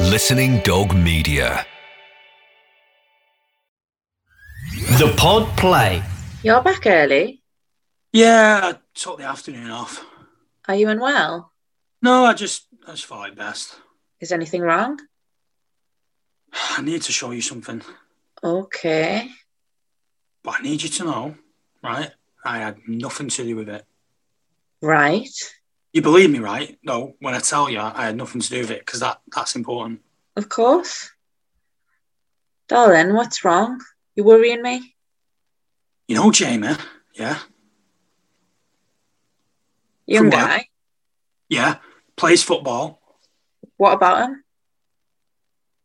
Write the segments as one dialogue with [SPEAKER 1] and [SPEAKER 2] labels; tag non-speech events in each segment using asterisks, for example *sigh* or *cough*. [SPEAKER 1] Listening Dog Media.
[SPEAKER 2] The pod play.
[SPEAKER 3] You're back early.
[SPEAKER 4] Yeah, I took the afternoon off.
[SPEAKER 3] Are you unwell?
[SPEAKER 4] No, I just I just thought it best. *sighs*
[SPEAKER 3] Is anything wrong?
[SPEAKER 4] I need to show you something,
[SPEAKER 3] Okay.
[SPEAKER 4] but I need you to know, right? I had nothing to do with it.
[SPEAKER 3] Right.
[SPEAKER 4] You believe me, right? No, when I tell you, I had nothing to do with it because that that's important.
[SPEAKER 3] Of course. Darling, what's wrong? You worrying me?
[SPEAKER 4] You know, Jamie. Yeah,
[SPEAKER 3] Young
[SPEAKER 4] From where?
[SPEAKER 3] guy.
[SPEAKER 4] yeah. Plays football.
[SPEAKER 3] What about him?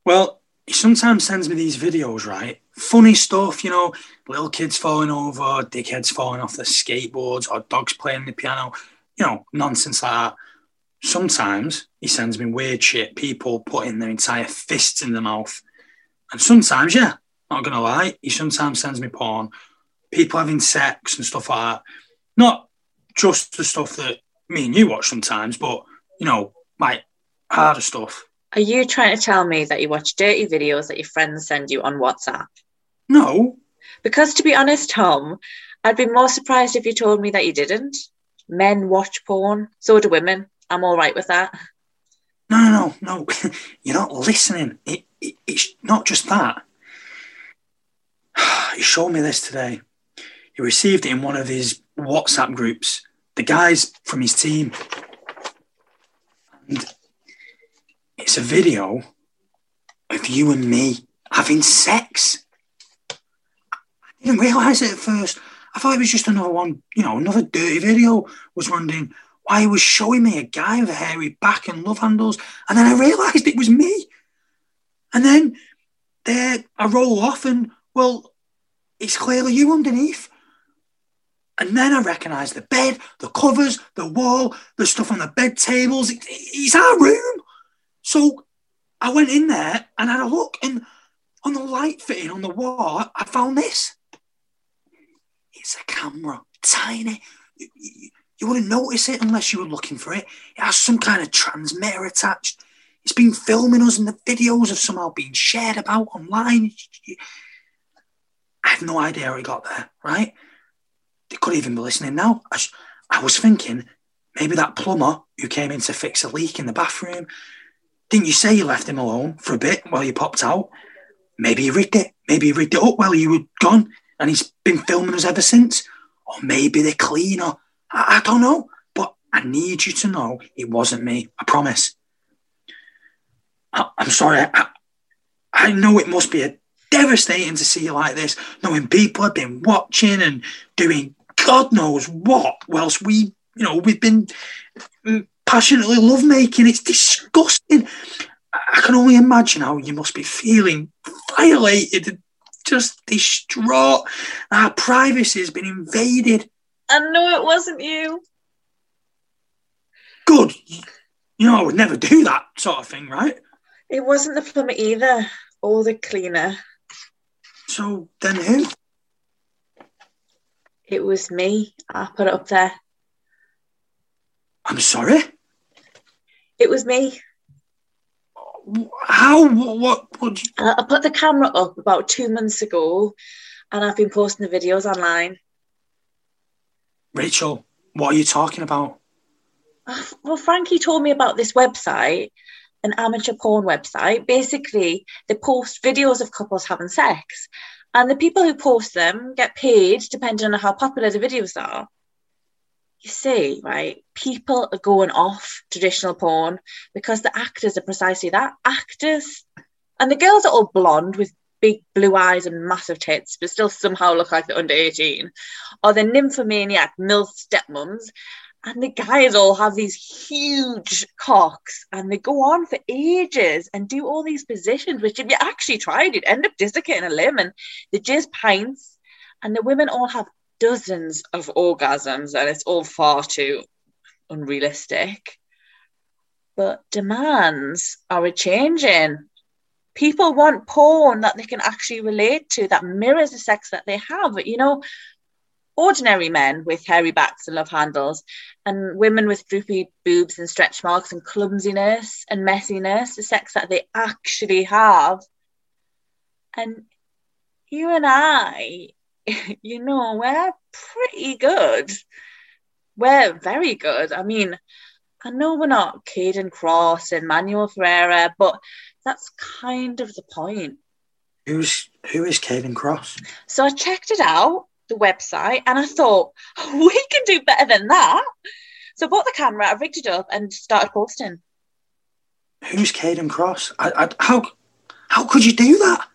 [SPEAKER 4] Well, he sometimes sends me these videos, right? Funny stuff, you know, little kids falling over, dickheads falling off their skateboards, or dogs playing the piano, you know, nonsense like that. Sometimes he sends me weird shit, people putting their entire fists in their mouth. And sometimes, yeah, not gonna lie, he sometimes sends me porn, people having sex and stuff like that. Not just the stuff that me and you watch sometimes, but, you know, like harder stuff.
[SPEAKER 3] Are you trying to tell me that you watch dirty videos that your friends send you on WhatsApp?
[SPEAKER 4] No,
[SPEAKER 3] Because to be honest, Tom, I'd be more surprised if you told me that you didn't. Men watch porn, so do women. I'm all right with that.
[SPEAKER 4] No, no, no, no. *laughs* You're not listening. It, it, it's not just that. *sighs* He showed me this today. He received it in one of his WhatsApp groups. The guys from his team. And it's a video of you and me having sex. I didn't realise it at first. I thought it was just another one, you know, another dirty video. Was wondering why he was showing me a guy with a hairy back and love handles. And then I realised it was me. And then there I roll off and well, it's clearly you underneath. And then I recognise the bed, the covers, the wall, the stuff on the bed tables. It- It's our room. So I went in there and had a look, and on the light fitting on the wall, I found this. It's a camera, tiny. You- you- you wouldn't notice it unless you were looking for it. It has some kind of transmitter attached. It's been filming us, and the videos have somehow been shared about online. I have no idea how it got there, right? They could even be listening now. I, sh- I was thinking maybe that plumber who came in to fix a leak in the bathroom. Didn't you say you left him alone for a bit while you popped out? Maybe he rigged it. Maybe he rigged it up while you were gone, and he's been filming us ever since. Or maybe the cleaner. I, I don't know, but I need you to know it wasn't me. I promise. I, am sorry. I, I know it must be a devastating to see you like this, knowing people have been watching and doing God knows what, whilst we, you know, we've been mm, passionately lovemaking. It's disgusting. I I can only imagine how you must be feeling violated, and just distraught. Our privacy has been invaded.
[SPEAKER 3] I know it wasn't you.
[SPEAKER 4] good. You know, I would never do that sort of thing, right?
[SPEAKER 3] It wasn't the plumber either, or the cleaner.
[SPEAKER 4] So then who?
[SPEAKER 3] It was me. I put it up there.
[SPEAKER 4] I'm sorry.
[SPEAKER 3] It was me.
[SPEAKER 4] How? What? What? what do you-
[SPEAKER 3] I I put the camera up about two months ago and I've been posting the videos online.
[SPEAKER 4] Rachel, what are you talking about?
[SPEAKER 3] Oh, *sighs* Well, Frankie told me about this website, an amateur porn website. Basically, they post videos of couples having sex, and the people who post them get paid depending on how popular the videos are. You see, right? People are going off traditional porn because the actors are precisely that actors. And the girls are all blonde with big blue eyes and massive tits, but still somehow look like they're under 18. Or they're nymphomaniac MILF stepmums and the guys all have these huge cocks and they go on for ages and do all these positions, which if you actually tried, you'd end up dislocating a limb and the jizz pints. And the women all have dozens of orgasms and it's all far too unrealistic. But demands are a changing. People want porn that they can actually relate to, that mirrors the sex that they have. You know, ordinary men with hairy backs and love handles, and women with droopy boobs and stretch marks and clumsiness and messiness, the sex that they actually have. And you and I, *laughs* you know, we're pretty good. We're very good. I mean, I know we're not Caden Cross and Manuel Ferreira, but that's kind of the point.
[SPEAKER 4] Who's who is Caden Cross?
[SPEAKER 3] So I checked it out, the website, and I thought, *laughs* we can do better than that. So I bought the camera, I rigged it up and started posting.
[SPEAKER 4] Who's Caden Cross? I, I, how how could you do that?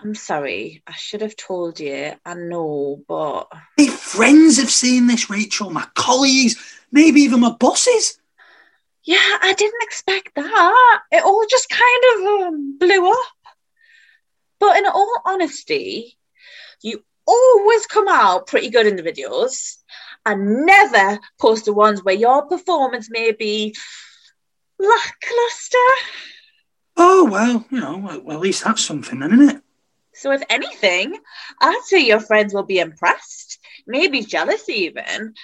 [SPEAKER 3] I'm sorry, I should have told you. I know, but
[SPEAKER 4] My friends have seen this, Rachel. My colleagues, maybe even my bosses.
[SPEAKER 3] yeah, I didn't expect that. It all just kind of um, blew up. But in all honesty, you always come out pretty good in the videos and never post the ones where your performance may be lackluster.
[SPEAKER 4] Oh well, you know, well, well, at least that's something, then, isn't it?
[SPEAKER 3] So, if anything, I'd say your friends will be impressed, maybe jealous even.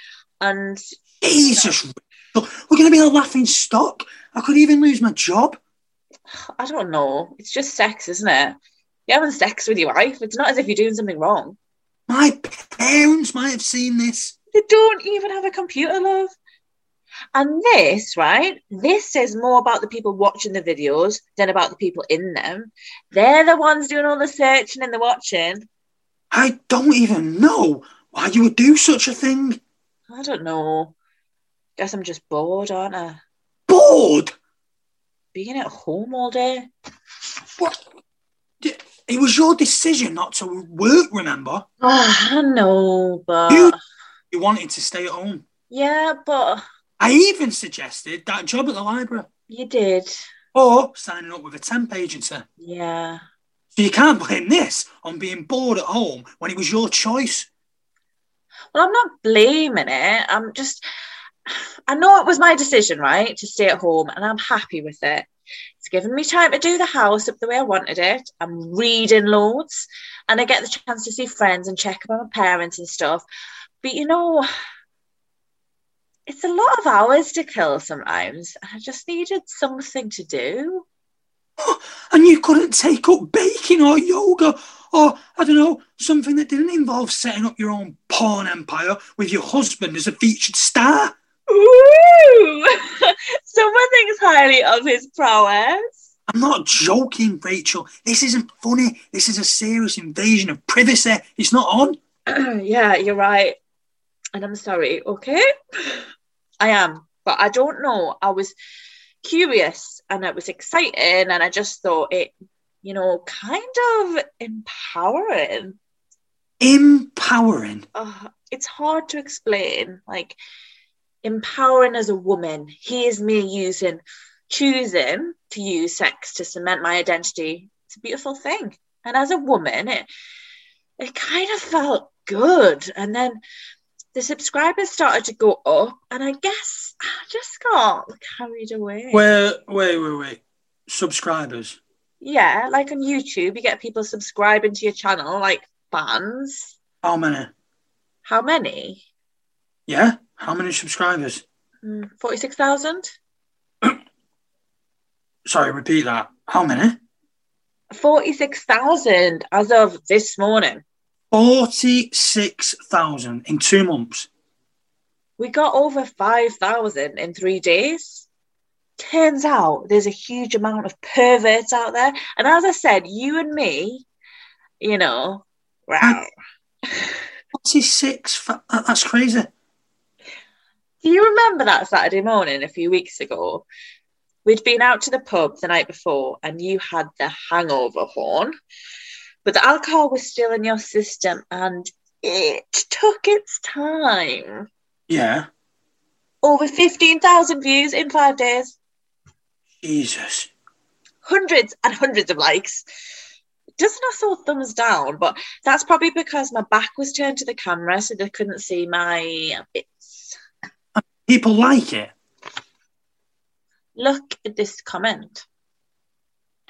[SPEAKER 3] And
[SPEAKER 4] Jesus, Rachel, we're going to be a laughing stock. I could even lose my job.
[SPEAKER 3] I don't know, it's just sex, isn't it? You're having sex with your wife. It's not as if you're doing something wrong.
[SPEAKER 4] My parents might have seen this.
[SPEAKER 3] They don't even have a computer, love. And this, right? This says more about the people watching the videos than about the people in them. They're the ones doing all the searching and the watching.
[SPEAKER 4] I don't even know why you would do such a thing.
[SPEAKER 3] I don't know. Guess I'm just bored, aren't I?
[SPEAKER 4] Bored.
[SPEAKER 3] Being at home all day. *sighs*
[SPEAKER 4] What? It was your decision not to work. Remember,
[SPEAKER 3] Ah, I know, but
[SPEAKER 4] You- you wanted to stay at home.
[SPEAKER 3] yeah, but
[SPEAKER 4] I even suggested that job at the library
[SPEAKER 3] you did.
[SPEAKER 4] or signing up with a temp agency.
[SPEAKER 3] Yeah.
[SPEAKER 4] So you can't blame this on being bored at home when it was your choice.
[SPEAKER 3] Well, I'm not blaming it. I'm just, I know it was my decision, right, to stay at home, and I'm happy with it. It's given me time to do the house up the way I wanted it. I'm reading loads, and I get the chance to see friends and check up on my parents and stuff. But you know, it's a lot of hours to kill sometimes. and I just needed something to do.
[SPEAKER 4] And you couldn't take up baking or yoga or, I don't know, something that didn't involve setting up your own porn empire with your husband as a featured star.
[SPEAKER 3] Ooh! *laughs* Someone thinks highly of his prowess.
[SPEAKER 4] I'm not joking, Rachel. This isn't funny. This is a serious invasion of privacy. It's not
[SPEAKER 3] *clears throat*
[SPEAKER 4] on.
[SPEAKER 3] yeah, you're right. And I'm sorry, okay? I am, but I don't know. I was curious and it was exciting, and I just thought it, you know, kind of empowering.
[SPEAKER 4] Empowering.
[SPEAKER 3] Oh, it's hard to explain. Like, empowering as a woman. Here's me using, choosing to use sex to cement my identity. It's a beautiful thing. And as a woman, it it kind of felt good. And then the subscribers started to go up, and I guess I just got carried away.
[SPEAKER 4] Wait, wait, wait, wait. Subscribers.
[SPEAKER 3] yeah, like on YouTube, you get people subscribing to your channel, like fans.
[SPEAKER 4] How many?
[SPEAKER 3] How many? Hmm,
[SPEAKER 4] Yeah? How many subscribers?
[SPEAKER 3] Forty-six thousand.
[SPEAKER 4] Sorry, repeat that. How many?
[SPEAKER 3] 46,000 as of this morning.
[SPEAKER 4] 46,000 in two months.
[SPEAKER 3] We got over 5,000 in three days. Turns out there's a huge amount of perverts out there. And as I said, you and me, you know, wow.
[SPEAKER 4] 46, fa- that- that's crazy.
[SPEAKER 3] Do you remember that Saturday morning a few weeks ago? We'd been out to the pub the night before and you had the hangover horn, but the alcohol was still in your system and it took its time.
[SPEAKER 4] Yeah.
[SPEAKER 3] Over 15,000 views in five days,
[SPEAKER 4] Jesus.
[SPEAKER 3] hundreds and hundreds of likes. Just not saw thumbs down, but that's probably because my back was turned to the camera so they couldn't see my bits.
[SPEAKER 4] People like it,
[SPEAKER 3] Look at this comment.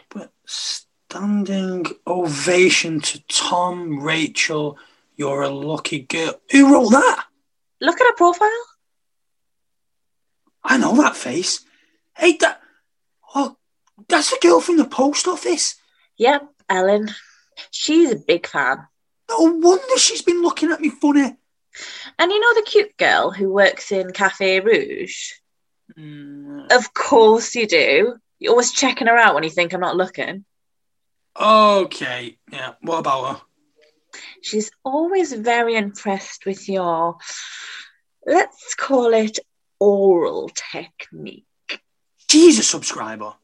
[SPEAKER 4] but standing ovation to Tom, Rachel, You're a lucky girl. Who wrote that?
[SPEAKER 3] Look at her profile.
[SPEAKER 4] I know that face. Hey, that. Oh, that's the girl from the post office.
[SPEAKER 3] Yep, Ellen. She's a big fan.
[SPEAKER 4] No wonder she's been looking at me funny.
[SPEAKER 3] And you know the cute girl who works in Cafe Rouge?
[SPEAKER 4] Mm.
[SPEAKER 3] Of course you do. You're always checking her out when you think I'm not looking.
[SPEAKER 4] Okay. Yeah. What about her?
[SPEAKER 3] She's always very impressed with your, let's call it oral technique.
[SPEAKER 4] She's a subscriber.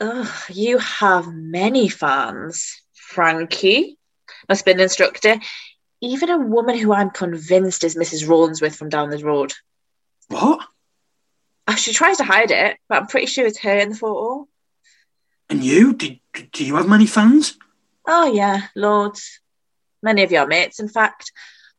[SPEAKER 3] Ugh, you have many fans. Frankie must be an instructor. Even a woman who I'm convinced is Mrs. Rawnsworth from down the road.
[SPEAKER 4] What?
[SPEAKER 3] Uh, She tries to hide it, but I'm pretty sure it's her in the photo.
[SPEAKER 4] And you? Do, do you have many fans?
[SPEAKER 3] Oh, yeah, loads. Many of your mates, in fact.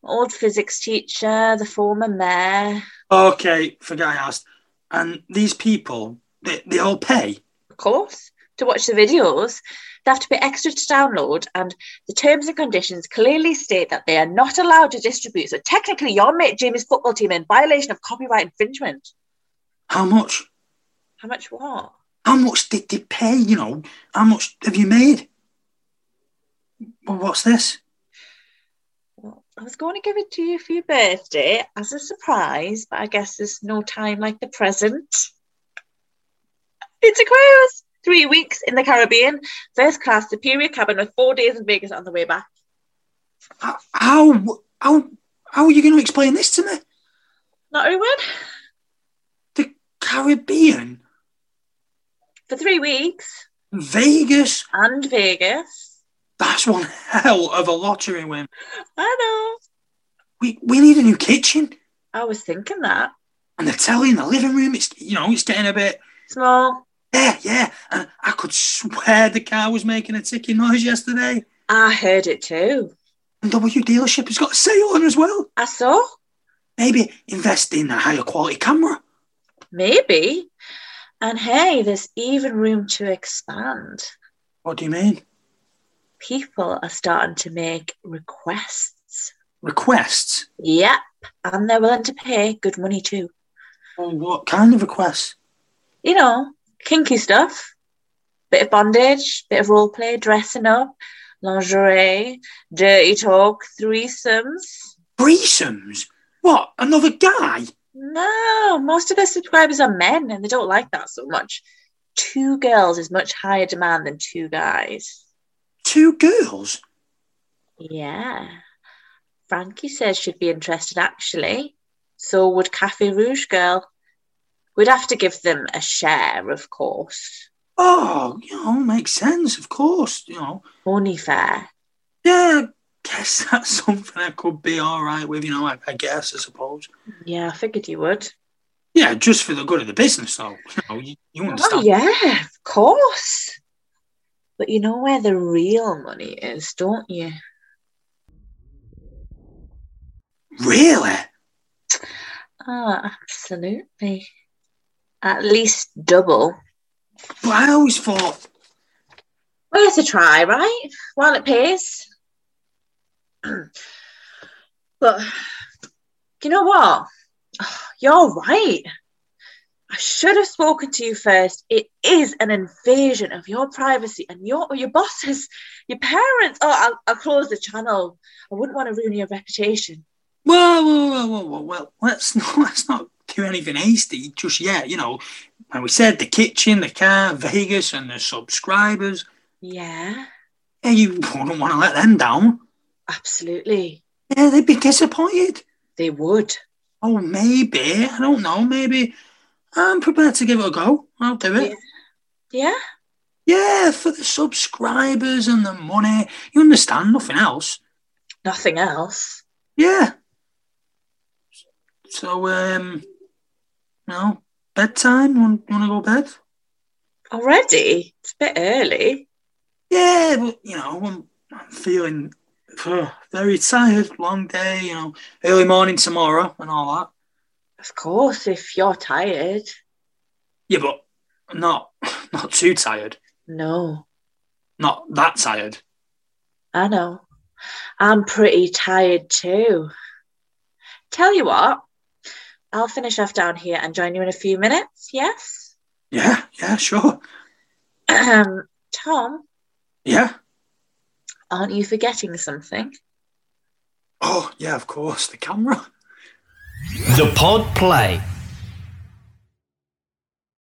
[SPEAKER 3] My Old physics teacher, the former mayor.
[SPEAKER 4] Okay. Forget I asked. And these people, they, they all pay.
[SPEAKER 3] Of course, to watch the videos, they have to pay extra to download, and the terms and conditions clearly state that they are not allowed to distribute. So technically, your mate Jamie's football team are in violation of copyright infringement.
[SPEAKER 4] How much?
[SPEAKER 3] How much what?
[SPEAKER 4] How much did they pay? You know, how much have you made? Well, what's this?
[SPEAKER 3] Well, I was going to give it to you for your birthday as a surprise, but I guess there's no time like the present. It's a cruise! Three weeks in the Caribbean, first class, superior cabin with four days in Vegas on the way back.
[SPEAKER 4] How how how, how are you going to explain this to me?
[SPEAKER 3] Not everyone?
[SPEAKER 4] The Caribbean,
[SPEAKER 3] For three weeks
[SPEAKER 4] Vegas.
[SPEAKER 3] and Vegas.
[SPEAKER 4] That's one *laughs* hell of a lottery win.
[SPEAKER 3] I
[SPEAKER 4] We we need a new kitchen
[SPEAKER 3] know. I was thinking that.
[SPEAKER 4] and the telly in the living room. It's you know it's getting a bit
[SPEAKER 3] Small.
[SPEAKER 4] yeah yeah. And I could swear the car was making a ticking noise yesterday.
[SPEAKER 3] I heard it too.
[SPEAKER 4] And W dealership has got a sale on as well.
[SPEAKER 3] I saw.
[SPEAKER 4] Maybe invest in a higher quality camera.
[SPEAKER 3] Maybe. And hey, there's even room to expand.
[SPEAKER 4] What do you mean?
[SPEAKER 3] People are starting to make requests.
[SPEAKER 4] Requests.
[SPEAKER 3] Yep. And they're willing to pay good money too.
[SPEAKER 4] Oh, What kind of requests?
[SPEAKER 3] You know, kinky stuff. Bit of bondage, bit of role play, dressing up, lingerie, dirty talk, threesomes.
[SPEAKER 4] Threesomes? What? Another guy?
[SPEAKER 3] No, most of their subscribers are men and they don't like that so much. Two girls is much higher demand than two guys.
[SPEAKER 4] Two girls?
[SPEAKER 3] Yeah. Frankie says she'd be interested actually. So would Cafe Rouge Girl. We'd have to give them a share, of course.
[SPEAKER 4] Oh, you know, makes sense, of course. You know,
[SPEAKER 3] Only fair.
[SPEAKER 4] yeah, I guess *laughs* that's something I could be all right with. You know, I, I guess, I suppose.
[SPEAKER 3] Yeah, I figured you would.
[SPEAKER 4] Yeah, just for the good of the business, though. You know, you, you
[SPEAKER 3] Oh,
[SPEAKER 4] understand?
[SPEAKER 3] yeah, of course. But you know where the real money is, don't you?
[SPEAKER 4] Really?
[SPEAKER 3] Oh, absolutely. At least double.
[SPEAKER 4] But I always thought,
[SPEAKER 3] Worth a try, right? While it pays. *clears throat* but you know what? *sighs* You're right. I should have spoken to you first. It is an invasion of your privacy and your your bosses, your parents. Oh, I'll, I'll close the channel. I wouldn't want to ruin your reputation.
[SPEAKER 4] whoa, whoa, whoa, whoa, whoa, well, let's *laughs* not, let's not do anything hasty just yet. You know, and we said the kitchen, the car, Vegas, and the subscribers.
[SPEAKER 3] Yeah,
[SPEAKER 4] Yeah, you *laughs* wouldn't want to let them down.
[SPEAKER 3] absolutely.
[SPEAKER 4] Yeah, they'd be disappointed.
[SPEAKER 3] They would.
[SPEAKER 4] Oh, maybe. I don't know. Maybe I'm prepared to give it a go. I'll do it.
[SPEAKER 3] Yeah.
[SPEAKER 4] Yeah, for the subscribers and the money. You understand? Nothing else.
[SPEAKER 3] Nothing else.
[SPEAKER 4] Yeah. So, um, no. Bedtime? Want, want to go to bed?
[SPEAKER 3] Already? It's a bit early.
[SPEAKER 4] Yeah, but, you know, I'm, I'm feeling uh, very tired. Long day, you know, early morning tomorrow and all that.
[SPEAKER 3] Of course, if you're tired.
[SPEAKER 4] Yeah, but not *laughs* not too tired.
[SPEAKER 3] No,
[SPEAKER 4] Not that tired.
[SPEAKER 3] I know. I'm pretty tired too. Tell you what, I'll finish off down here and join you in a few minutes. Yes? *clears throat*
[SPEAKER 4] Yeah, yeah, sure.
[SPEAKER 3] Um, Tom,
[SPEAKER 4] Yeah.
[SPEAKER 3] aren't you forgetting something?
[SPEAKER 4] Oh, yeah, of course. The camera.
[SPEAKER 2] The Pod Play.